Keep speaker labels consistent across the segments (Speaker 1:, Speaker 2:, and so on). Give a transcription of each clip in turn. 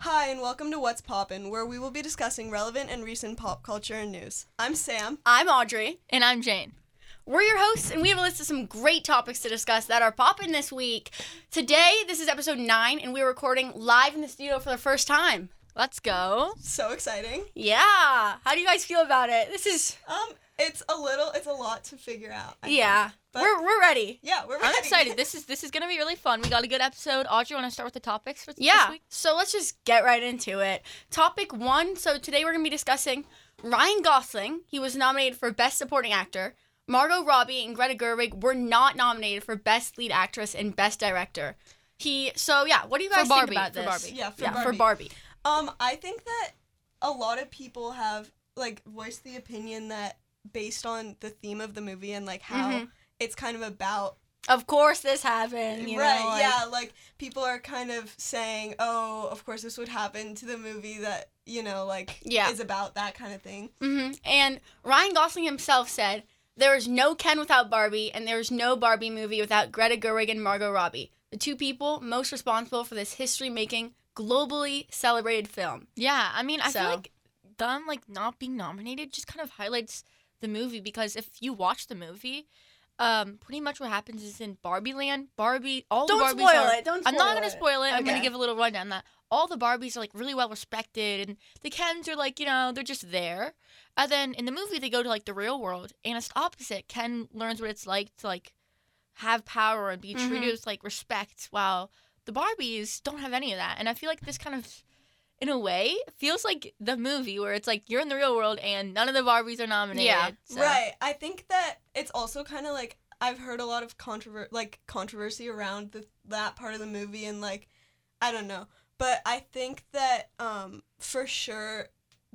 Speaker 1: Hi, and welcome to What's Poppin', where we will be discussing relevant and recent pop culture and news. I'm Sam.
Speaker 2: I'm Audrey.
Speaker 3: And I'm Jane.
Speaker 2: We're your hosts, and we have a list of some great topics to discuss that are popping this week. Today, this is episode nine, and we're recording live in the studio for the first time.
Speaker 3: Let's go.
Speaker 1: So exciting.
Speaker 2: Yeah. How do you guys feel about it? This is,
Speaker 1: Um, it's a little, it's a lot to figure out. I
Speaker 2: yeah.
Speaker 1: think, but
Speaker 2: we're, we're ready.
Speaker 1: yeah, we're
Speaker 3: I'm
Speaker 1: ready.
Speaker 3: excited. This is this is gonna be really fun. We got a good episode. Audrey, want to start with the topics for th- this
Speaker 2: Yeah.
Speaker 3: week?
Speaker 2: So let's just get right into it. Topic one. So today we're going to be discussing Ryan Gosling. He was nominated for Best Supporting Actor. Margot Robbie and Greta Gerwig were not nominated for Best Lead Actress and Best Director. He. So yeah. What do you
Speaker 3: For
Speaker 2: guys
Speaker 3: Barbie,
Speaker 2: think about
Speaker 3: for
Speaker 2: this?
Speaker 3: Barbie.
Speaker 1: yeah, for
Speaker 2: yeah,
Speaker 1: Barbie.
Speaker 2: for Barbie.
Speaker 1: Um, I think that a lot of people have like voiced the opinion that based on the theme of the movie and like how
Speaker 2: Mhm.
Speaker 1: it's kind of about
Speaker 2: Of course, this happened. You
Speaker 1: right,
Speaker 2: Know, like-
Speaker 1: yeah, like people are kind of saying, "Oh, of course this would happen to the movie that, you know, like
Speaker 2: Yeah.
Speaker 1: is about that kind of thing."
Speaker 2: hmm And Ryan Gosling himself said, "There is no Ken without Barbie, and there is no Barbie movie without Greta Gerwig and Margot Robbie, the two people most responsible for this history-making, globally celebrated film."
Speaker 3: Yeah. I mean, I
Speaker 2: So-
Speaker 3: feel like them like not being nominated just kind of highlights the movie because if you watch the movie, um, pretty much what happens is in Barbie Land, Barbie all
Speaker 2: Don't
Speaker 3: the Barbies
Speaker 2: spoil
Speaker 3: are,
Speaker 2: it. Don't. Spoil
Speaker 3: I'm not gonna
Speaker 2: it.
Speaker 3: spoil it. I'm gonna
Speaker 2: Okay.
Speaker 3: give a little rundown that all the Barbies are like really well respected, and the Kens are like you know they're just there. And then in the movie they go to like the real world, and it's the opposite. Ken learns what it's like to like have power and be
Speaker 2: Mhm.
Speaker 3: treated with like respect, while the Barbies don't have any of that. And I feel like this kind of in a way, feels like the movie where it's like you're in the real world and none of the Barbies are nominated.
Speaker 2: Yeah,
Speaker 3: so-
Speaker 1: Right. I think that it's also kind of like I've heard a lot of controver- like controversy around the, that part of the movie and like I don't know, but I think that um for sure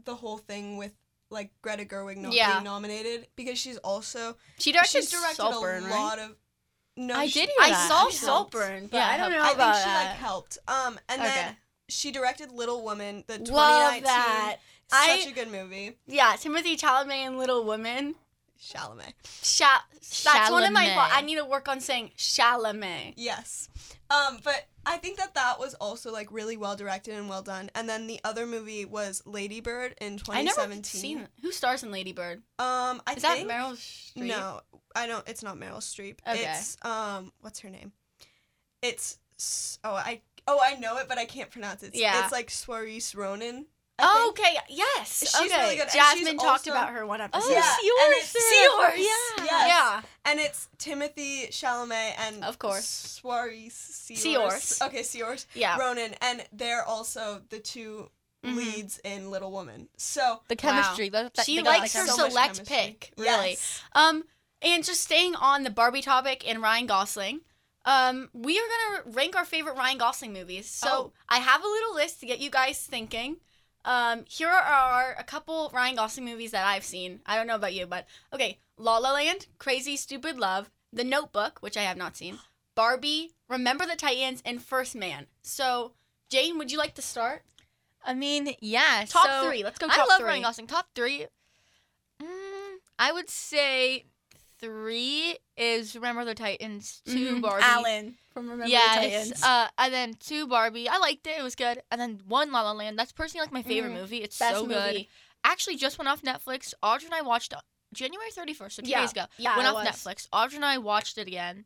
Speaker 1: the whole thing with like Greta Gerwig not
Speaker 2: Yeah.
Speaker 1: being nominated because she's also
Speaker 2: She directed,
Speaker 1: she's directed
Speaker 2: Saltburn,
Speaker 1: a
Speaker 2: right?
Speaker 1: lot of no
Speaker 3: I
Speaker 1: she-
Speaker 3: did hear
Speaker 2: I
Speaker 3: that.
Speaker 2: saw
Speaker 1: She helped.
Speaker 2: Saltburn, but
Speaker 3: Yeah,
Speaker 2: I don't
Speaker 3: I
Speaker 2: know
Speaker 1: I think
Speaker 2: about
Speaker 1: she like
Speaker 2: that.
Speaker 1: helped. Um and
Speaker 2: Okay.
Speaker 1: then she directed Little Woman, the 2019
Speaker 2: Love that. I-
Speaker 1: such a good movie.
Speaker 2: Yeah, Timothy Chalamet and Little Women.
Speaker 1: Chalamet.
Speaker 2: Sha- that's one of my
Speaker 3: Chalamet.
Speaker 2: fault. I need to work on saying Chalamet.
Speaker 1: Yes. Um, but I think that that was also like really well directed and well done. And then the other movie was Lady Bird in
Speaker 2: I
Speaker 1: 2017.
Speaker 2: never seen who stars in Lady Bird.
Speaker 1: Um, I
Speaker 2: Is that
Speaker 1: think
Speaker 2: Meryl Streep?
Speaker 1: no, I don't. It's not Meryl Streep.
Speaker 2: Okay.
Speaker 1: It's um, what's her name? It's s- oh I oh I know it, but I can't pronounce it.
Speaker 2: Yeah.
Speaker 1: It's like Saoirse Ronan. I
Speaker 2: Oh,
Speaker 1: think.
Speaker 2: okay. Yes.
Speaker 1: She's
Speaker 2: okay.
Speaker 1: really good, and she's
Speaker 2: Jasmine talked
Speaker 1: also-
Speaker 2: about her one episode.
Speaker 3: Oh,
Speaker 1: Yeah, and
Speaker 3: Seahorse.
Speaker 1: it's-
Speaker 2: Seahorse.
Speaker 3: Yeah.
Speaker 1: Yes.
Speaker 2: Yeah.
Speaker 1: and it's Timothy Chalamet and
Speaker 2: Of course.
Speaker 1: Saoirse
Speaker 2: Saoirse.
Speaker 1: Okay, Saoirse
Speaker 2: Yeah.
Speaker 1: Ronan, and they're also the 2
Speaker 2: Mhm.
Speaker 1: leads in Little Woman. So
Speaker 3: The chemistry. that- that-
Speaker 2: She
Speaker 3: they got
Speaker 2: likes
Speaker 3: that
Speaker 2: her
Speaker 1: so
Speaker 3: chemistry.
Speaker 1: much
Speaker 2: select
Speaker 1: chemistry.
Speaker 2: pick, really.
Speaker 1: Yes.
Speaker 2: Um, and just staying on the Barbie topic and Ryan Gosling, um, we are gonna rank our favorite Ryan Gosling movies. So
Speaker 1: Oh.
Speaker 2: I have a little list to get you guys thinking. Um, here are a couple Ryan Gosling movies that I've seen. I don't know about you, but okay, La La Land, Crazy Stupid Love, The Notebook, which I have not seen, Barbie, Remember the Titans, and First Man. So Jane, would you like to start?
Speaker 3: I mean, yeah.
Speaker 2: Top
Speaker 3: so-
Speaker 2: three. Let's go. Top
Speaker 3: I love
Speaker 2: three.
Speaker 3: Ryan Gosling. Top three. Mm, I would say three is Remember the Titans, 2
Speaker 2: Mhm.
Speaker 3: Barbie.
Speaker 2: Alan from Remember
Speaker 3: yes,
Speaker 2: the Titans.
Speaker 3: uh, and then two Barbie. I liked it; it was good. And then one La La Land. That's personally like my favorite
Speaker 2: Mhm.
Speaker 3: movie. It's
Speaker 2: Best
Speaker 3: so
Speaker 2: movie.
Speaker 3: good. actually just went off Netflix. Audrey and I watched it January 31st, so two
Speaker 2: Yeah.
Speaker 3: days ago.
Speaker 2: Yeah,
Speaker 3: went
Speaker 2: it
Speaker 3: off
Speaker 2: was.
Speaker 3: Netflix. Audrey and I watched it again,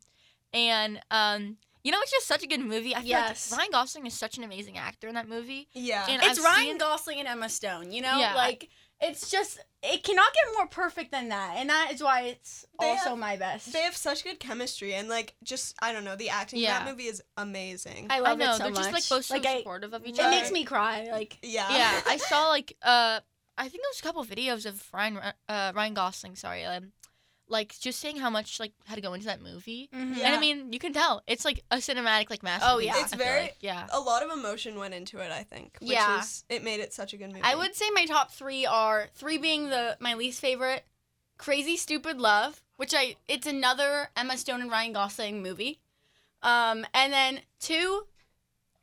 Speaker 3: and um, you know it's just such a good movie. I feel
Speaker 2: Yes.
Speaker 3: like Ryan Gosling is such an amazing actor in that movie.
Speaker 1: Yeah.
Speaker 3: And
Speaker 2: it's
Speaker 3: I've
Speaker 2: Ryan
Speaker 3: seen-
Speaker 2: Gosling and Emma Stone. You know,
Speaker 3: Yeah.
Speaker 2: like it's just it cannot get more perfect than that, and that is why it's
Speaker 1: They
Speaker 2: also
Speaker 1: have-
Speaker 2: my best.
Speaker 1: they have such good chemistry and like just I don't know, the acting in
Speaker 3: Yeah.
Speaker 1: that movie is amazing.
Speaker 2: I love
Speaker 3: I know
Speaker 2: it so
Speaker 3: they're
Speaker 2: much.
Speaker 3: just like both so
Speaker 2: Like, I-
Speaker 3: supportive of each
Speaker 2: it
Speaker 3: other.
Speaker 2: makes me cry. Like
Speaker 1: yeah.
Speaker 3: yeah, I saw like uh, I think there was a couple videos of Ryan uh, Ryan Gosling. Sorry, um, like just saying how much like had to go into that movie.
Speaker 1: Yeah.
Speaker 3: And I mean, you can tell it's like a cinematic like masterpiece.
Speaker 2: Oh, yeah.
Speaker 3: I
Speaker 1: It's
Speaker 3: feel
Speaker 1: very-
Speaker 3: like. yeah.
Speaker 1: A lot of emotion went into it, I think. Which
Speaker 2: Yeah.
Speaker 1: is it made it such a good movie.
Speaker 2: I would say my top three are three being the my least favorite, Crazy Stupid Love, which I it's another Emma Stone and Ryan Gosling movie, um, and then two,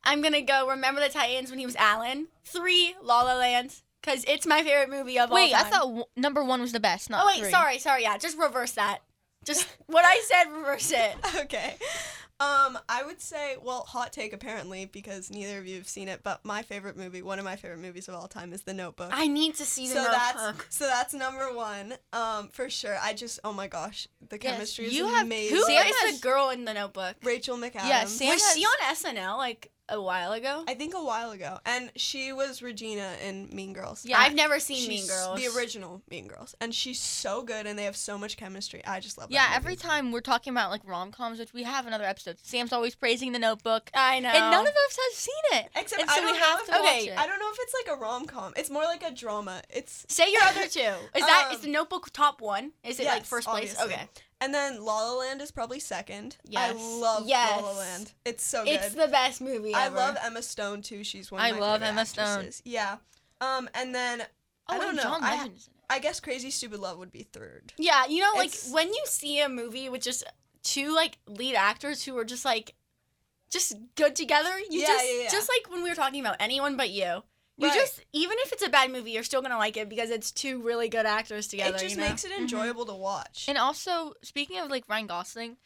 Speaker 2: I'm gonna go Remember the Titans when he was Alan. Three, La La Land, because it's my favorite movie of all
Speaker 3: Wait,
Speaker 2: time.
Speaker 3: I thought w- number one was the best. Not
Speaker 2: Oh wait,
Speaker 3: three.
Speaker 2: sorry, sorry. Yeah, just reverse that. Just what I said, reverse it.
Speaker 1: Okay. Um, I would say, well, hot take apparently because neither of you have seen it, but my favorite movie, one of my favorite movies of all time, is The Notebook.
Speaker 2: I need to see the
Speaker 1: so
Speaker 2: notebook.
Speaker 1: that's so that's number one, um, for sure. I just, oh my gosh, the chemistry is
Speaker 3: you have-
Speaker 1: amazing.
Speaker 3: who
Speaker 2: See,
Speaker 3: Sam
Speaker 2: it's
Speaker 3: has-
Speaker 2: the girl in the notebook.
Speaker 1: Rachel McAdams.
Speaker 3: Yeah, Sam
Speaker 2: Was
Speaker 3: has-
Speaker 2: she on SNL like a while ago?
Speaker 1: I think a while ago, and she was Regina in Mean Girls.
Speaker 3: Yeah.
Speaker 2: I've never seen
Speaker 1: She's
Speaker 2: Mean Girls.
Speaker 1: The original Mean Girls, and she's so good, and they have so much chemistry. I just love.
Speaker 3: Yeah,
Speaker 1: that
Speaker 3: every
Speaker 1: movie.
Speaker 3: time we're talking about like rom coms, which we have another episode. Sam's always praising the notebook.
Speaker 2: I know.
Speaker 3: And none of us have seen it.
Speaker 1: Except
Speaker 3: and
Speaker 1: I
Speaker 3: so we
Speaker 1: don't
Speaker 3: have
Speaker 1: know
Speaker 3: to
Speaker 1: if-
Speaker 3: watch
Speaker 2: okay,
Speaker 3: it.
Speaker 1: I don't know if it's like a rom com. It's more like a drama. It's
Speaker 2: Say your other two. Is that is
Speaker 1: Um,
Speaker 2: the Notebook top one? Is it like
Speaker 1: yes,
Speaker 2: first place?
Speaker 1: obviously.
Speaker 2: Okay,
Speaker 1: and then La La Land is probably second.
Speaker 3: Yes.
Speaker 1: I love
Speaker 2: Yes.
Speaker 1: La La Land. It's so Oh, good.
Speaker 2: it's the best movie.
Speaker 1: I
Speaker 2: ever.
Speaker 1: love Emma Stone too. She's one. Of
Speaker 3: I
Speaker 1: my
Speaker 3: love
Speaker 1: favorite
Speaker 3: Emma Stone.
Speaker 1: actresses. Yeah. Um, and then
Speaker 3: Oh,
Speaker 1: I don't
Speaker 3: and
Speaker 1: know.
Speaker 3: John
Speaker 1: I-
Speaker 3: Legend is in it.
Speaker 1: I guess Crazy Stupid Love would be third.
Speaker 2: Yeah, you know, like
Speaker 1: It's-
Speaker 2: when you see a movie with just two like lead actors who are just like just good together, you
Speaker 1: Yeah,
Speaker 2: just
Speaker 1: yeah, yeah.
Speaker 2: just like when we were talking about anyone but you. You
Speaker 1: Right.
Speaker 2: just even if it's a bad movie, you're still gonna like it because it's two really good actors together.
Speaker 1: it just
Speaker 2: you know?
Speaker 1: makes it enjoyable to watch.
Speaker 3: Mm-hmm. And also, speaking of like Ryan Gosling,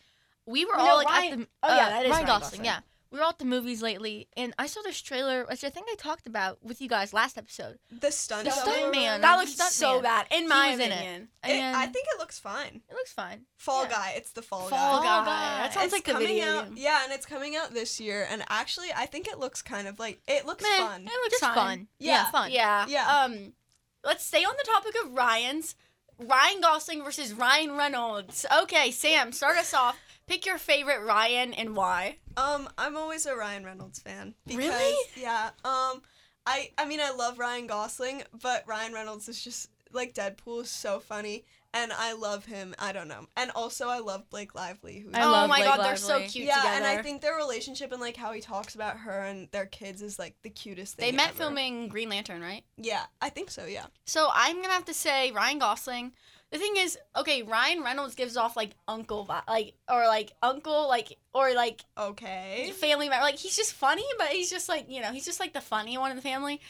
Speaker 3: we were
Speaker 2: No,
Speaker 3: all like at
Speaker 2: Ryan-
Speaker 3: the uh,
Speaker 2: oh, yeah, that is
Speaker 3: Ryan
Speaker 2: Ryan
Speaker 3: Gosling,
Speaker 2: Gosling.
Speaker 3: yeah. We were all at the movies lately, and I saw this trailer, which I think I talked about with you guys last episode.
Speaker 1: the stunt.
Speaker 3: The
Speaker 1: double-
Speaker 3: stunt man.
Speaker 2: that looks
Speaker 3: Stuntman.
Speaker 2: so bad in my
Speaker 3: was in it.
Speaker 2: opinion.
Speaker 1: It-
Speaker 3: And
Speaker 1: I think it looks fine.
Speaker 3: it looks fine.
Speaker 1: Fall
Speaker 3: Yeah.
Speaker 1: Guy. It's the Fall,
Speaker 2: Fall
Speaker 1: Guy.
Speaker 2: Guy. That sounds
Speaker 1: it's
Speaker 2: like the
Speaker 1: coming
Speaker 2: video.
Speaker 1: out.
Speaker 2: game.
Speaker 1: Yeah, and it's coming out this year. And actually, I think it looks kind of like it looks
Speaker 2: Meh,
Speaker 1: fun.
Speaker 2: It looks
Speaker 3: Just
Speaker 2: fine.
Speaker 3: fun. Yeah,
Speaker 1: Yeah.
Speaker 3: fun.
Speaker 2: Yeah.
Speaker 1: Yeah.
Speaker 2: Um, let's stay on the topic of Ryan's. Ryan Gosling versus Ryan Reynolds. Okay, Sam, start us off. Pick your favorite Ryan and why.
Speaker 1: Um, I'm always a Ryan Reynolds fan.
Speaker 2: Really?
Speaker 1: Yeah. Um, I I mean I love Ryan Gosling, but Ryan Reynolds is just like Deadpool is so funny, and I love him. I don't know, and also I love Blake Lively. Who's
Speaker 3: I
Speaker 2: oh
Speaker 3: love
Speaker 2: my
Speaker 3: Blake
Speaker 2: god, they're so
Speaker 3: Lively.
Speaker 2: cute
Speaker 1: yeah,
Speaker 2: together.
Speaker 1: and I think their relationship and like how he talks about her and their kids is like the cutest
Speaker 2: they
Speaker 1: thing.
Speaker 2: met
Speaker 1: ever.
Speaker 2: filming Green Lantern, right?
Speaker 1: Yeah, I think so. Yeah.
Speaker 2: So I'm gonna have to say Ryan Gosling. The thing is, okay, Ryan Reynolds gives off like uncle vibe, like or like uncle, like or like
Speaker 1: Okay.
Speaker 2: family member. Like he's just funny, but he's just like you know he's just like the funny one in the family.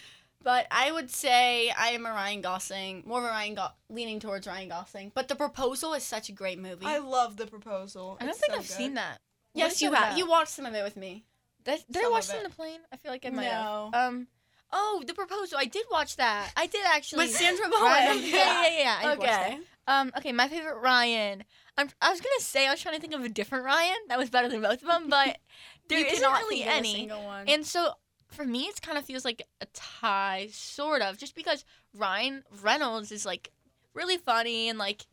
Speaker 2: But I would say I am a Ryan Gosling, more of a Ryan Go- leaning towards Ryan Gosling. But The Proposal is such a great movie.
Speaker 1: I love the proposal.
Speaker 3: I don't
Speaker 1: It's
Speaker 3: think
Speaker 1: so
Speaker 3: I've
Speaker 1: good.
Speaker 3: seen that.
Speaker 2: yes, you have. You watched some of it with me.
Speaker 3: That, did
Speaker 1: Some
Speaker 3: I
Speaker 1: of
Speaker 3: watch it
Speaker 1: it.
Speaker 3: on the plane? I feel like I might
Speaker 2: No.
Speaker 3: have. Um. Oh, the proposal. I did watch that. I did actually.
Speaker 2: With Sandra
Speaker 3: Ryan-
Speaker 2: Bullock.
Speaker 3: yeah, yeah, yeah. yeah, I did watch that.
Speaker 2: Okay.
Speaker 3: Um. Okay. My favorite Ryan. I'm, I was gonna say I was trying to think of a different Ryan that was better than both of them, but there
Speaker 2: You
Speaker 3: isn't
Speaker 2: cannot
Speaker 3: really
Speaker 2: think of a
Speaker 3: any.
Speaker 2: single one.
Speaker 3: And so for me, it kind of feels like a tie, sort of, just because Ryan Reynolds is like really funny and like,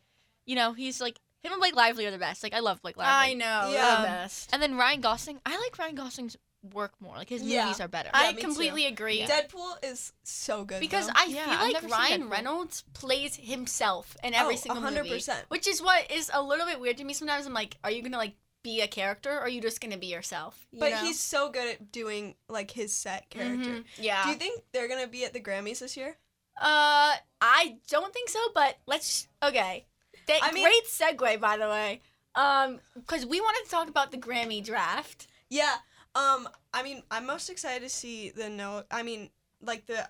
Speaker 3: you know, he's like him and Blake Lively are the best. Like I love Blake
Speaker 2: I
Speaker 3: Lively.
Speaker 2: know. Um, they're
Speaker 1: Yeah.
Speaker 2: the best.
Speaker 3: And then Ryan Gosling, I like Ryan Gosling's work more. Like his
Speaker 1: Yeah.
Speaker 3: movies are better.
Speaker 1: Yeah,
Speaker 2: I
Speaker 1: me too.
Speaker 2: completely agree.
Speaker 1: Deadpool is so good
Speaker 2: Because
Speaker 1: though.
Speaker 2: I
Speaker 3: Yeah, I've
Speaker 2: feel
Speaker 3: never
Speaker 2: like
Speaker 3: seen
Speaker 2: Ryan
Speaker 3: Deadpool.
Speaker 2: Reynolds plays himself in every
Speaker 1: Oh,
Speaker 2: single 100%.
Speaker 1: 100%.
Speaker 2: which is what is a little bit weird to me sometimes. I'm like, are you gonna like be a character, or are you just gonna be yourself? You
Speaker 1: but
Speaker 2: know?
Speaker 1: he's so good at doing like his set
Speaker 3: Mm-hmm.
Speaker 1: character.
Speaker 2: Mhm, yeah.
Speaker 1: Do you think they're gonna be at the Grammys this year?
Speaker 2: uh, I don't think so, but let's okay. Th-
Speaker 1: I mean-
Speaker 2: great segue, by the way. Um, because we wanted to talk about the Grammy draft.
Speaker 1: Yeah. Um. I mean, I'm most excited to see the no. I mean, like the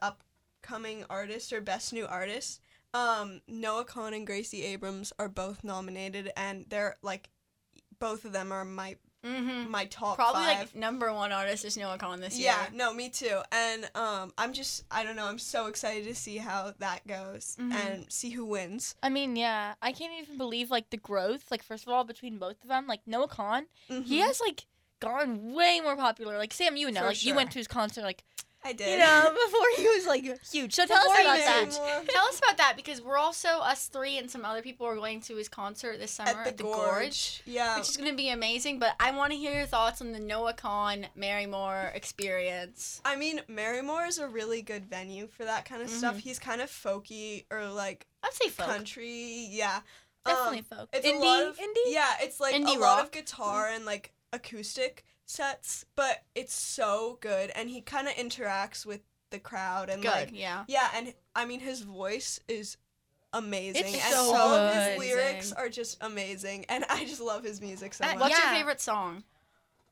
Speaker 1: upcoming artist or best new artist. Um, Noah Cohen and Gracie Abrams are both nominated, and they're like, both of them are my
Speaker 2: Mm-hmm.
Speaker 1: my top
Speaker 2: Probably
Speaker 1: five.
Speaker 2: like number one artist is Noah Khan this
Speaker 1: yeah,
Speaker 2: year.
Speaker 1: no, me too. And um, I'm just, I don't know, I'm so excited to see how that goes
Speaker 2: Mhm.
Speaker 1: and see who wins.
Speaker 3: I mean, yeah, I can't even believe like the growth. Like first of all, between both of them, like Noah Khan, he
Speaker 1: Mhm.
Speaker 3: has like gone way more popular. Like Sam, you know,
Speaker 1: For
Speaker 3: like you
Speaker 1: sure.
Speaker 3: went to his concert, like
Speaker 1: I did.
Speaker 3: you know, before he was like huge. So tell us
Speaker 2: Before he
Speaker 3: about
Speaker 2: was
Speaker 3: that.
Speaker 2: huge. Tell us about that because we're also us three and some other people are going to his concert this summer
Speaker 1: At the, gorge. Oh. Yeah.
Speaker 2: which is going to be amazing. But I want to hear your thoughts on the Noah Con Mary Moore experience.
Speaker 1: I mean, Marymore is a really good venue for that kind of stuff. He's kind of folky or like
Speaker 2: I'd say folk.
Speaker 1: country. Yeah. Um,
Speaker 3: Definitely folk.
Speaker 1: it's
Speaker 3: indie,
Speaker 1: a lot of,
Speaker 3: indie.
Speaker 1: Yeah, it's like
Speaker 2: Indie
Speaker 1: a lot
Speaker 2: rock.
Speaker 1: of guitar and like acoustic sets, but it's so good and he kind of interacts with the crowd and
Speaker 2: Good,
Speaker 1: like
Speaker 2: yeah.
Speaker 1: Yeah, and I mean his voice is amazing.
Speaker 3: It's
Speaker 1: and
Speaker 3: so
Speaker 1: some of
Speaker 3: good.
Speaker 1: his lyrics are just amazing and I just love his music so
Speaker 2: Uh,
Speaker 1: much.
Speaker 2: what's
Speaker 3: Yeah.
Speaker 2: your favorite song?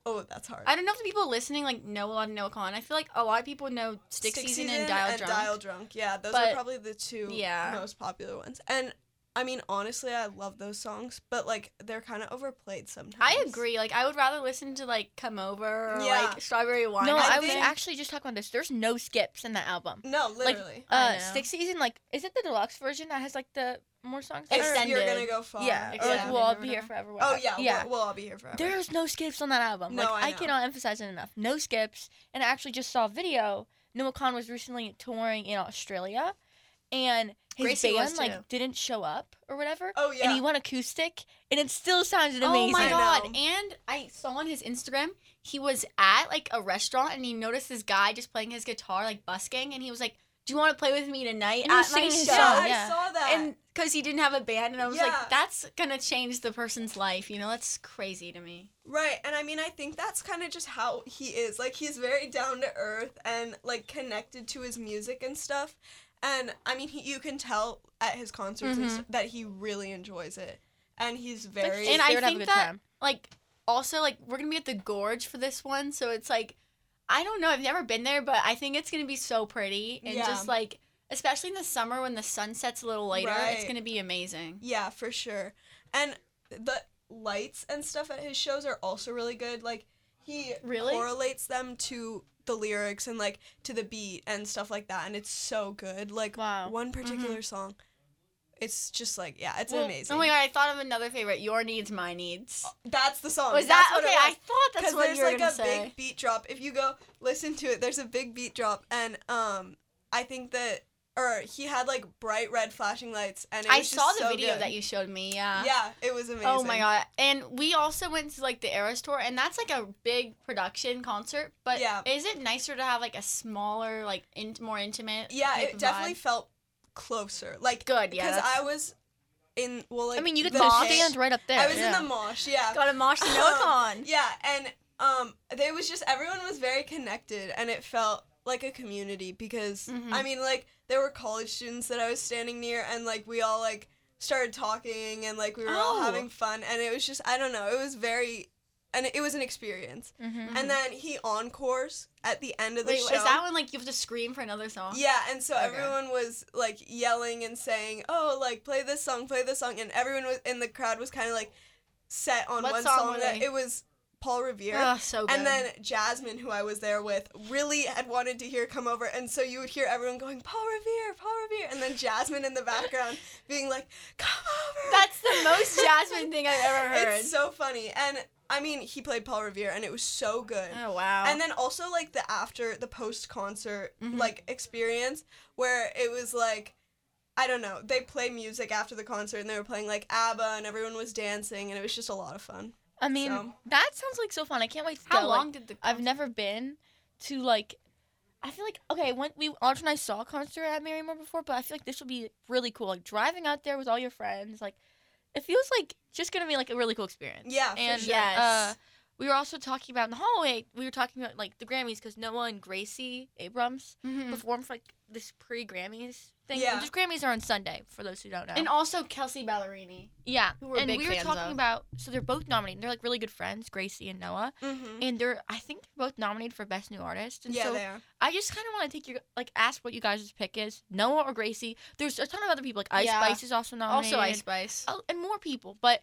Speaker 1: Oh, that's hard.
Speaker 2: I don't know if the people listening like know a lot of Noah Con. I feel like a lot of people know Stick, Season, and Dial Drunk.
Speaker 1: Drunk. Yeah, those
Speaker 2: But-
Speaker 1: are probably the two
Speaker 2: Yeah.
Speaker 1: most popular ones. And I mean, honestly, I love those songs, but like they're kind of overplayed sometimes.
Speaker 2: I agree. Like I would rather listen to like Come Over or
Speaker 1: Yeah.
Speaker 2: like Strawberry Wine.
Speaker 3: no,
Speaker 1: I
Speaker 3: I,
Speaker 2: I,
Speaker 3: was
Speaker 1: think-
Speaker 3: actually just talking about this. There's no skips in that album.
Speaker 1: No,
Speaker 3: Like,
Speaker 1: literally.
Speaker 2: I
Speaker 3: Uh,
Speaker 2: know.
Speaker 3: six season, like, is it the deluxe version that has like the more songs? on it?
Speaker 1: It's you're gonna
Speaker 2: extended.
Speaker 1: go far.
Speaker 3: yeah, or like
Speaker 2: extended
Speaker 3: we'll
Speaker 2: or
Speaker 3: all be here
Speaker 2: whatever.
Speaker 3: forever.
Speaker 1: oh
Speaker 3: whatever.
Speaker 1: yeah,
Speaker 3: yeah.
Speaker 1: We'll, we'll all be here forever.
Speaker 3: There's no skips on that album.
Speaker 1: No,
Speaker 3: like
Speaker 1: I
Speaker 3: I,
Speaker 1: know.
Speaker 3: cannot emphasize it enough. No skips. And I actually just saw a video. Noah Khan was recently touring in Australia, and his
Speaker 2: Gracie was
Speaker 3: band like
Speaker 2: too.
Speaker 3: didn't show up or whatever.
Speaker 1: oh yeah.
Speaker 3: And he went acoustic, and it still sounded
Speaker 2: oh
Speaker 3: amazing.
Speaker 2: my
Speaker 1: I
Speaker 2: god!
Speaker 1: know.
Speaker 2: And I saw on his Instagram he was at like a restaurant and he noticed this guy just playing his guitar like busking and he was like, "Do you want to play with me tonight
Speaker 3: And he was
Speaker 2: at my
Speaker 3: singing his
Speaker 2: show?"
Speaker 1: yeah,
Speaker 3: song, yeah.
Speaker 1: I saw that.
Speaker 2: And because he didn't have a band, and I was
Speaker 1: Yeah.
Speaker 2: like, "That's gonna change the person's life." You know, that's crazy to me.
Speaker 1: Right, and I mean, I think that's kind of just how he is. Like, he's very down to earth and like connected to his music and stuff. And I mean, he, you can tell at his concerts and
Speaker 2: Mm-hmm.
Speaker 3: Mhm.
Speaker 1: stuff that he really enjoys it, and he's very.
Speaker 2: and
Speaker 3: and
Speaker 2: I
Speaker 3: I have a
Speaker 2: think
Speaker 3: good
Speaker 2: that-
Speaker 3: time.
Speaker 2: like also like we're gonna be at the gorge for this one so it's like i don't know i've never been there but i think it's gonna be so pretty and
Speaker 1: Yeah.
Speaker 2: just like especially in the summer when the sun sets a little later it's
Speaker 1: Right.
Speaker 2: gonna be amazing
Speaker 1: yeah, for sure. And the lights and stuff at his shows are also really good. Like, he
Speaker 2: Really?
Speaker 1: correlates them to the lyrics and like to the beat and stuff like that, and it's so good. Like
Speaker 3: Wow.
Speaker 1: one particular song, it's just like yeah, it's
Speaker 2: Mm-hmm. Well,
Speaker 1: amazing.
Speaker 2: oh my god i thought of another favorite your needs my needs
Speaker 1: That's the song.
Speaker 2: was
Speaker 1: Oh, That's
Speaker 2: that
Speaker 1: what it
Speaker 2: okay i thought
Speaker 1: because
Speaker 2: that's what
Speaker 1: there's
Speaker 2: you were
Speaker 1: like
Speaker 2: gonna
Speaker 1: a
Speaker 2: say
Speaker 1: big beat drop. If you go listen to it, there's a big beat drop, and um, I think that or he had like bright red flashing lights, and it
Speaker 2: i
Speaker 1: was just
Speaker 2: saw
Speaker 1: so
Speaker 2: the video
Speaker 1: good.
Speaker 2: that you showed me yeah
Speaker 1: Yeah, it was amazing.
Speaker 2: Oh my god! And we also went to like the Eras tour, and that's like a big production concert. But
Speaker 1: Yeah.
Speaker 2: is it nicer to have like a smaller, like in- more intimate?
Speaker 1: Yeah,
Speaker 2: type
Speaker 1: it
Speaker 2: of
Speaker 1: definitely
Speaker 2: vibe?
Speaker 1: felt closer. Like
Speaker 2: Good, yeah,
Speaker 1: because
Speaker 2: that's-
Speaker 1: I was in well, like
Speaker 3: I mean, you could
Speaker 1: the
Speaker 3: just
Speaker 2: mosh.
Speaker 3: stand right up there.
Speaker 1: I was
Speaker 3: yeah.
Speaker 1: in the mosh. Yeah,
Speaker 2: Got a mosh
Speaker 1: Um,
Speaker 2: Noah
Speaker 1: yeah, and um, they was just everyone was very connected, and it felt like a community because
Speaker 2: Mhm.
Speaker 1: I mean, like there were college students that I was standing near, and like we all like started talking, and like we were all
Speaker 2: Oh.
Speaker 1: having fun, and it was just I don't know, it was very, and it was an experience.
Speaker 3: Mhm.
Speaker 1: And then he encores at the end of the
Speaker 2: Mm-hmm. Wait, is
Speaker 1: show.
Speaker 2: that when like you have to scream for another song?
Speaker 1: Yeah, and so
Speaker 2: Okay.
Speaker 1: everyone was like yelling and saying, "Oh, like play this song, play this song," and everyone was in the crowd was kind of like set on
Speaker 2: What
Speaker 1: one
Speaker 2: song
Speaker 1: song.
Speaker 2: were
Speaker 1: that
Speaker 2: they?
Speaker 1: it was Paul Revere.
Speaker 2: Oh, so good.
Speaker 1: and then Jasmine, who I was there with, really had wanted to hear come over, and so you would hear everyone going Paul Revere, Paul Revere, and then Jasmine in the background being like, "Come over."
Speaker 2: that's the most Jasmine thing I've ever heard.
Speaker 1: It's so funny, and I mean, he played Paul Revere, and it was so good.
Speaker 2: oh wow.
Speaker 1: And then also like the after the post concert
Speaker 3: Mm-hmm.
Speaker 2: Mhm.
Speaker 1: like experience where it was like I don't know, they play music after the concert and they were playing like ABBA and everyone was dancing and it was just a lot of fun.
Speaker 3: I mean,
Speaker 1: So-
Speaker 3: that sounds like so fun. I can't wait to
Speaker 2: how
Speaker 3: go. like,
Speaker 2: long did the?
Speaker 3: I've never been to like. I feel like okay when we Audra and I saw a concert at Marymore before, but I feel like this would be really cool. Like driving out there with all your friends, like it feels like just gonna be like a really cool experience.
Speaker 1: Yeah, for
Speaker 3: and
Speaker 1: sure.
Speaker 2: yeah.
Speaker 3: uh,
Speaker 2: Yes.
Speaker 3: we were also talking about in the hallway. We were talking about like the Grammys because Noah and Gracie Abrams
Speaker 2: Mhm.
Speaker 3: performed for like this pre Grammys thing.
Speaker 1: Yeah.
Speaker 3: Just Grammys are on Sunday for those who don't know.
Speaker 2: And also Kelsey Ballerini.
Speaker 3: yeah,
Speaker 2: who we're
Speaker 3: and
Speaker 2: big
Speaker 3: we were
Speaker 2: fans
Speaker 3: talking
Speaker 2: of.
Speaker 3: about so they're both nominated. They're like really good friends, Gracie and Noah
Speaker 1: Mhm.
Speaker 3: and they're I think they're both nominated for best new artist. And
Speaker 1: Yeah,
Speaker 3: so
Speaker 1: they are.
Speaker 3: I just kind of want to take your like ask what you guys' pick is Noah or Gracie. There's a ton of other people like Ice
Speaker 2: Yeah.
Speaker 3: Spice is also nominated.
Speaker 2: Also Ice Spice.
Speaker 3: Oh, and more people, but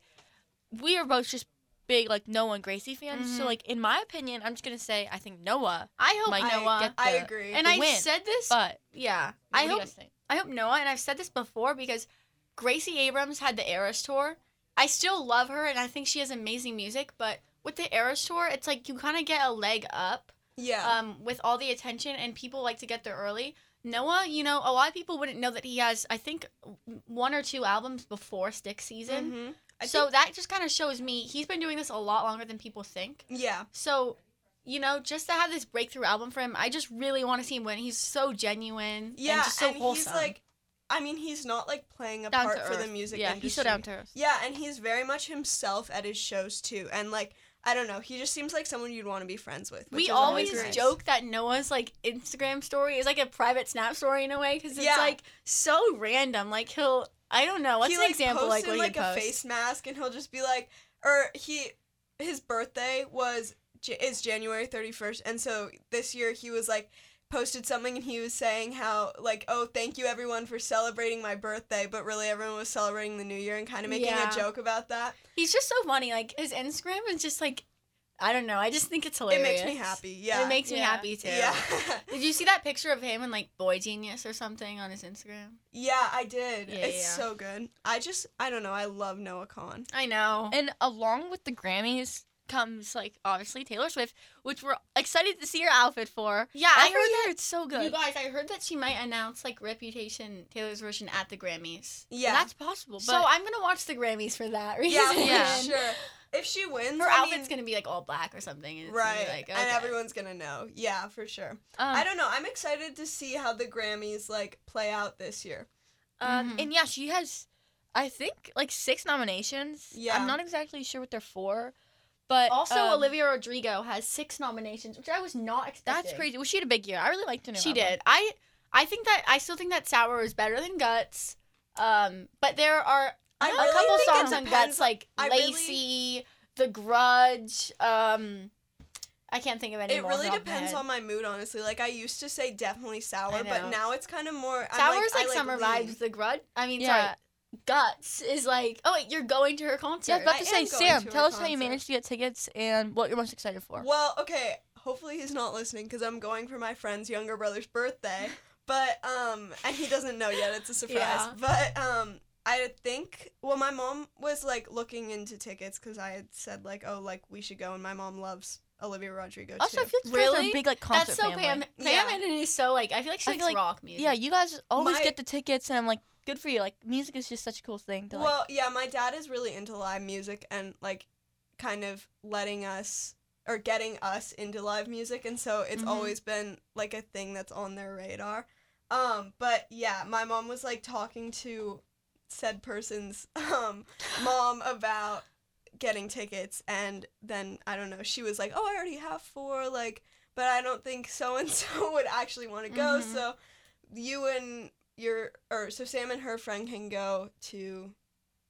Speaker 3: we are both just big like Noah and Gracie fans. So
Speaker 2: Mhm.
Speaker 3: like in my opinion, I'm just gonna say I think Noah,
Speaker 2: I hope
Speaker 3: Might
Speaker 2: Noah.
Speaker 3: get
Speaker 1: I
Speaker 3: the-
Speaker 1: agree.
Speaker 2: and
Speaker 3: the
Speaker 2: I
Speaker 3: win,
Speaker 2: said this.
Speaker 3: but
Speaker 2: yeah.
Speaker 3: what
Speaker 2: I
Speaker 3: do you
Speaker 2: hope
Speaker 3: guys think?
Speaker 2: I hope Noah, and I've said this before because Gracie Abrams had the Eras tour. I still love her and I think she has amazing music, but with the Eras tour, it's like you kind of get a leg up
Speaker 1: yeah.
Speaker 3: uh,
Speaker 2: um, with all the attention and people like to get there early. Noah, you know, a lot of people wouldn't know that he has, I think, w- one or two albums before Stick
Speaker 3: Mm-hmm.
Speaker 2: Season.
Speaker 1: Mhm. I
Speaker 2: So that just kind of shows me he's been doing this a lot longer than people think.
Speaker 1: yeah.
Speaker 2: So, you know, just to have this breakthrough album for him, I just really want to see him win. He's so genuine.
Speaker 1: Yeah,
Speaker 2: and, just so
Speaker 1: he's
Speaker 2: wholesome.
Speaker 1: like I mean, he's not like playing a
Speaker 3: Down
Speaker 1: part
Speaker 3: to
Speaker 1: for the
Speaker 3: earth.
Speaker 1: music
Speaker 3: yeah,
Speaker 1: industry.
Speaker 3: he's so down to earth.
Speaker 1: Yeah, and he's very much himself at his shows too. And like I don't know, he just seems like someone you'd want to be friends with. which
Speaker 2: we
Speaker 1: is
Speaker 2: always
Speaker 1: nice.
Speaker 2: joke that Noah's like Instagram story is like a private snap story in a way because it's
Speaker 1: Yeah.
Speaker 2: like so random. Like he'll, I don't know, what's
Speaker 1: he,
Speaker 2: an
Speaker 1: like,
Speaker 2: example like
Speaker 1: posts
Speaker 2: what
Speaker 1: in,
Speaker 2: he
Speaker 1: like a
Speaker 2: posts?
Speaker 1: face mask, and he'll just be like, or he, his birthday was J- is January thirty first, and so this year he was like, posted something and he was saying how like oh thank you everyone for celebrating my birthday but really everyone was celebrating the new year and kind of making
Speaker 2: Yeah.
Speaker 1: a joke about that
Speaker 2: He's just so funny. Like his Instagram is just like, I don't know. I just think it's hilarious.
Speaker 1: it makes me happy yeah
Speaker 2: It makes me
Speaker 3: Yeah.
Speaker 2: happy too.
Speaker 1: yeah
Speaker 2: Did you see that picture of him and like Boy Genius or something on his Instagram?
Speaker 1: yeah i did
Speaker 2: Yeah,
Speaker 1: it's
Speaker 2: yeah.
Speaker 1: so good i just i don't know i love noah Kahan.
Speaker 2: I know.
Speaker 3: And along with the Grammys comes like obviously Taylor Swift, which we're excited to see her outfit for.
Speaker 2: yeah,
Speaker 3: I,
Speaker 2: I,
Speaker 3: heard
Speaker 2: heard
Speaker 3: that it's so
Speaker 2: that. You
Speaker 3: good.
Speaker 2: guys, I heard that she might announce like Reputation Taylor's version at the Grammys.
Speaker 1: yeah
Speaker 3: That's possible. But
Speaker 2: so I'm gonna watch the Grammys for that reason.
Speaker 1: yeah, for
Speaker 3: Yeah.
Speaker 1: sure if she wins
Speaker 2: Her
Speaker 1: I mean,
Speaker 2: outfit's gonna be like all black or something. And it's gonna be,
Speaker 1: right
Speaker 2: like,
Speaker 1: and
Speaker 2: okay.
Speaker 1: everyone's gonna know yeah for sure
Speaker 3: um,
Speaker 1: i don't know i'm excited to see how the grammys like play out this year
Speaker 3: Um,
Speaker 2: Mhm.
Speaker 3: And yeah, she has, I think, like six nominations.
Speaker 1: Yeah.
Speaker 3: I'm not exactly sure what they're for, but
Speaker 2: Also,
Speaker 3: um,
Speaker 2: Olivia Rodrigo has six nominations, which I was not expecting.
Speaker 3: That's crazy. Well, she had a big year. I really liked her. new
Speaker 2: She
Speaker 3: album.
Speaker 2: did. I I think that I still think that Sour is better than Guts. Um, but there are
Speaker 1: I
Speaker 2: a
Speaker 1: really
Speaker 2: couple
Speaker 1: think it
Speaker 2: songs on
Speaker 1: depends-
Speaker 2: Guts like
Speaker 1: I really-
Speaker 2: Lacey, The Grudge. Um, I can't think of any.
Speaker 1: It
Speaker 2: more
Speaker 1: really
Speaker 2: off the top of my
Speaker 1: depends
Speaker 2: head.
Speaker 1: on my mood, honestly. Like I used to say definitely sour,
Speaker 2: I
Speaker 1: but
Speaker 2: know.
Speaker 1: now it's kind of more I'm
Speaker 2: Sour is
Speaker 1: I
Speaker 2: like, summer
Speaker 1: lean.
Speaker 2: vibes. The Grudge. I mean,
Speaker 3: Yeah.
Speaker 2: sorry, Guts is like. Oh wait, you're going to her concert.
Speaker 3: Yeah, I was about to
Speaker 1: I
Speaker 3: say,
Speaker 1: am going
Speaker 3: Sam,
Speaker 1: to her
Speaker 3: tell us how you
Speaker 1: concert.
Speaker 3: managed to get tickets and what you're most excited for.
Speaker 1: Well, okay. Hopefully he's not listening because I'm going for my friend's younger brother's birthday. But um, and he doesn't know yet. It's a surprise.
Speaker 2: Yeah.
Speaker 1: But um, I think well, my mom was like looking into tickets because I had said like, oh, like we should go, and my mom loves Olivia Rodrigo
Speaker 3: also, I
Speaker 1: too.
Speaker 3: feel like you guys are
Speaker 2: Really?
Speaker 3: a big like concert
Speaker 2: That's so
Speaker 3: family.
Speaker 2: Pam.
Speaker 1: Yeah.
Speaker 2: Pam and it is so like. I feel like she
Speaker 3: I
Speaker 2: likes
Speaker 3: feel like-
Speaker 2: rock music.
Speaker 3: Yeah, you guys always
Speaker 1: My-
Speaker 3: get the tickets, and I'm like, good for you. Like, music is just such a cool thing to like.
Speaker 1: Well, yeah, my dad is really into live music and like kind of letting us or getting us into live music and so it's
Speaker 2: Mhm.
Speaker 1: always been like a thing that's on their radar. Um but yeah, my mom was like talking to said person's um mom about getting tickets and then I don't know, she was like, "Oh, I already have four like but I don't think so and so would actually want to go."
Speaker 2: Mhm.
Speaker 1: So you and your or so Sam and her friend can go to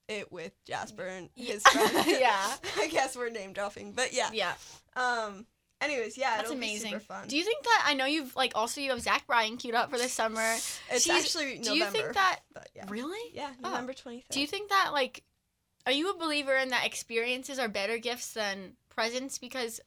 Speaker 1: it with Jasper and
Speaker 2: Yeah.
Speaker 1: his friend.
Speaker 2: Yeah.
Speaker 1: I guess we're name dropping, but yeah.
Speaker 2: Yeah.
Speaker 1: Um. Anyways, yeah,
Speaker 2: That's
Speaker 1: it'll
Speaker 2: amazing.
Speaker 1: be super fun.
Speaker 2: Do you think that I know you've like also you have Zach Bryan queued up for this summer?
Speaker 1: it's
Speaker 2: do you-
Speaker 1: actually
Speaker 2: Do
Speaker 1: November.
Speaker 2: you think that
Speaker 1: But yeah.
Speaker 2: really?
Speaker 1: Yeah,
Speaker 2: Oh.
Speaker 1: November twenty third.
Speaker 2: Do you think that like are you a believer in that experiences are better gifts than presents because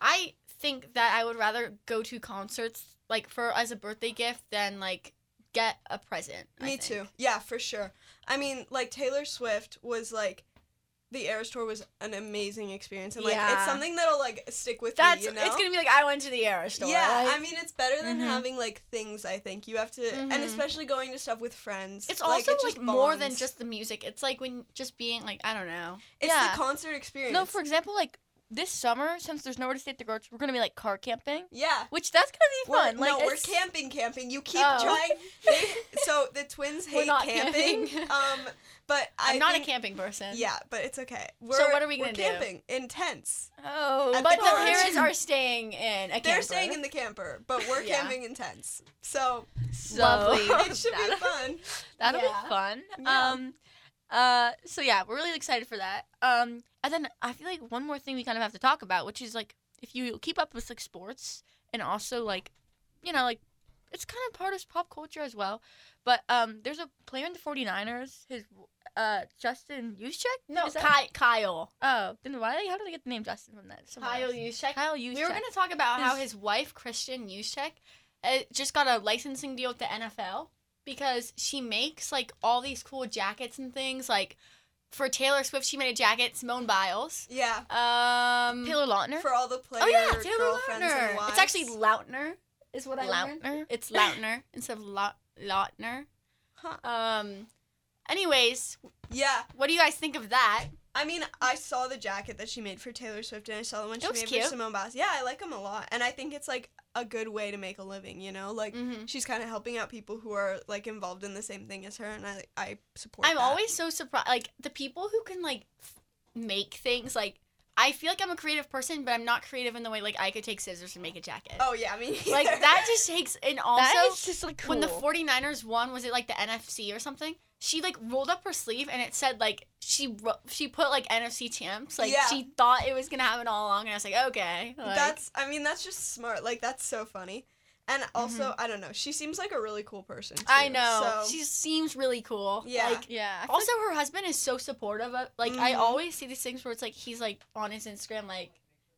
Speaker 2: I think that I would rather go to concerts like for as a birthday gift than like get a present. I
Speaker 1: Me
Speaker 2: think.
Speaker 1: too. Yeah, for sure. I mean, like Taylor Swift was like. The Eras Tour was an amazing experience, and like it's
Speaker 2: Yeah.
Speaker 1: something that'll like stick with
Speaker 2: That's
Speaker 1: you. You know?
Speaker 2: it's gonna be like I went to the Air store. Mm-hmm.
Speaker 1: Yeah,
Speaker 2: like-
Speaker 1: I mean it's better than
Speaker 3: Mhm.
Speaker 1: having like things. I think you have to, and
Speaker 2: Mhm.
Speaker 1: especially going to stuff with friends.
Speaker 2: it's also
Speaker 1: it
Speaker 2: like,
Speaker 1: just
Speaker 2: more than
Speaker 1: bonds.
Speaker 2: just the music. It's like when just being like I don't know.
Speaker 1: it's
Speaker 3: yeah.
Speaker 1: the concert experience.
Speaker 3: no, for example, like this summer, since there's nowhere to stay at the gorge, we're gonna be like car camping,
Speaker 1: yeah.
Speaker 3: which that's gonna be
Speaker 1: We're,
Speaker 3: fun.
Speaker 1: no,
Speaker 3: like,
Speaker 1: we're
Speaker 3: it's-
Speaker 1: camping, camping. You keep
Speaker 2: Oh.
Speaker 1: trying. They, so the twins
Speaker 2: We're
Speaker 1: hate
Speaker 2: not
Speaker 1: camping.
Speaker 2: camping.
Speaker 1: um, but I
Speaker 2: I'm not
Speaker 1: think,
Speaker 2: a camping person.
Speaker 1: Yeah, but it's okay. We're,
Speaker 2: what are we
Speaker 1: we're
Speaker 2: gonna do?
Speaker 1: camping in tents.
Speaker 3: Oh,
Speaker 1: At
Speaker 2: But
Speaker 1: the
Speaker 2: the,
Speaker 1: barn.
Speaker 2: parents are staying in a
Speaker 1: They're
Speaker 2: camper.
Speaker 1: staying in the camper, but we're
Speaker 2: Yeah.
Speaker 1: camping in tents. So
Speaker 3: so,
Speaker 2: Lovely.
Speaker 1: it should be
Speaker 3: that'll,
Speaker 1: fun.
Speaker 3: that'll
Speaker 2: Yeah.
Speaker 3: be fun.
Speaker 1: Yeah.
Speaker 3: Um, uh, so yeah, we're really excited for that. Um, and then I feel like one more thing we kind of have to talk about, which is like if you keep up with like sports and also like, you know, like it's kind of part of pop culture as well. But um, there's a player in the 49ers, his uh Justin Juszczyk.
Speaker 2: No,
Speaker 3: Is that-
Speaker 2: Ky- Kyle.
Speaker 3: Oh, then why? How did I get the name Justin from that? Someone
Speaker 2: Kyle
Speaker 3: else.
Speaker 2: Yushchek.
Speaker 3: Kyle Juszczyk.
Speaker 2: We were going to talk about how
Speaker 3: Is-
Speaker 2: his wife, Christian Yushchek, uh, just got a licensing deal with the NFL because she makes like all these cool jackets and things. Like for Taylor Swift, she made a jacket, Simone Biles.
Speaker 1: Yeah,
Speaker 2: Um,
Speaker 3: Taylor Lautner.
Speaker 1: for all the player
Speaker 2: oh, yeah, Taylor
Speaker 1: girlfriends and
Speaker 2: Lautner.
Speaker 1: wives.
Speaker 2: It's actually Lautner, is what I learned.
Speaker 3: Lautner.
Speaker 2: It's Lautner instead of Laut- Lautner.
Speaker 1: Huh.
Speaker 2: Um, anyways,
Speaker 1: Yeah,
Speaker 2: what do you guys think of that?
Speaker 1: I mean, I saw the jacket that she made for Taylor Swift, and I saw the one she
Speaker 2: looks
Speaker 1: made
Speaker 2: cute.
Speaker 1: for Simone Biles. Yeah, I like them a lot, and I think it's like a good way to make a living. You know, like
Speaker 2: Mm-hmm.
Speaker 1: she's kind of helping out people who are like involved in the same thing as her, and I I support.
Speaker 2: I'm
Speaker 1: that.
Speaker 2: always so surprised. Like the people who can like f- make things. Like I feel like I'm a creative person, but I'm not creative in the way like I could take scissors and make a jacket.
Speaker 1: Oh yeah, I mean
Speaker 2: Like that just takes. And also,
Speaker 3: that is just like cool.
Speaker 2: when the 49ers won, was it like the NFC or something? She like rolled up her sleeve and it said like she ro- she put like NFC champs. Like
Speaker 1: Yeah.
Speaker 2: she thought it was gonna happen all along, and I was like, okay. like-
Speaker 1: that's I mean that's just smart. Like that's so funny. And also, I don't know. She seems like a really cool person.
Speaker 2: I
Speaker 1: too,
Speaker 2: know.
Speaker 1: So
Speaker 2: She seems really cool.
Speaker 1: Yeah.
Speaker 2: Like,
Speaker 3: Yeah. I feel
Speaker 2: also, her husband is so supportive of. Like, I
Speaker 1: Mhm.
Speaker 2: always see these things where it's like he's like on his Instagram, like,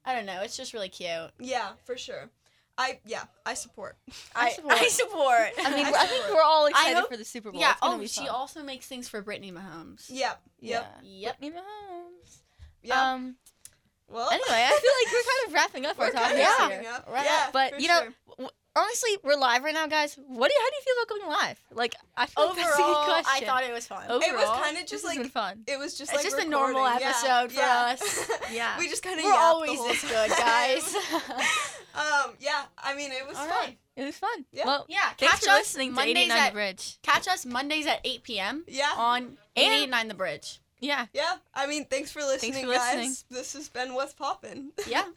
Speaker 2: I don't know. It's just really cute.
Speaker 1: yeah, for sure. I yeah, I support.
Speaker 2: I support.
Speaker 3: support. I mean,
Speaker 1: I
Speaker 3: we're- I think
Speaker 1: support.
Speaker 3: we're all excited
Speaker 2: hope-
Speaker 3: for the Super Bowl.
Speaker 2: yeah.
Speaker 3: It's gonna
Speaker 2: Oh,
Speaker 3: be
Speaker 2: she
Speaker 3: fun.
Speaker 2: also makes things for Brittany Mahomes.
Speaker 1: Yeah. Yep.
Speaker 3: Yeah.
Speaker 2: Yep.
Speaker 3: Brittany Mahomes.
Speaker 1: Yeah.
Speaker 3: Um.
Speaker 1: well,
Speaker 3: Anyway, I feel like we're kind of wrapping up our
Speaker 1: we're
Speaker 3: topics
Speaker 1: kind
Speaker 2: yeah.
Speaker 1: of
Speaker 3: here.
Speaker 1: wrapping up.
Speaker 3: Right.
Speaker 1: Yeah,
Speaker 3: but
Speaker 1: for
Speaker 3: you know,
Speaker 1: sure.
Speaker 3: w- honestly, we're live right now, guys. What do you, how do you feel about going live? Like, I feel
Speaker 2: Overall,
Speaker 3: like that's a good question.
Speaker 2: I thought it was fun.
Speaker 3: Overall,
Speaker 1: it was kind of
Speaker 3: this
Speaker 1: just
Speaker 3: has
Speaker 1: like
Speaker 3: been fun.
Speaker 1: it was just
Speaker 2: It's
Speaker 1: like
Speaker 2: just a normal
Speaker 1: recording. Yeah,
Speaker 2: episode for
Speaker 1: yeah.
Speaker 2: us.
Speaker 3: Yeah.
Speaker 1: we just kind of
Speaker 2: We're always this good, guys.
Speaker 1: um, yeah, I mean it was
Speaker 3: All
Speaker 1: fun.
Speaker 3: right. It was fun.
Speaker 1: Yeah.
Speaker 3: Well,
Speaker 2: yeah.
Speaker 3: thanks
Speaker 2: Catch
Speaker 3: for
Speaker 2: us
Speaker 3: listening to
Speaker 2: Mondays
Speaker 3: 89
Speaker 2: at
Speaker 3: The Bridge.
Speaker 2: catch us Mondays at 8 p.m.
Speaker 1: Yeah,
Speaker 2: on
Speaker 3: And-
Speaker 2: 889 The Bridge.
Speaker 3: Yeah.
Speaker 1: yeah. I mean, thanks for listening,
Speaker 3: for listening.
Speaker 1: guys. This has been what's poppin'.
Speaker 2: Yeah.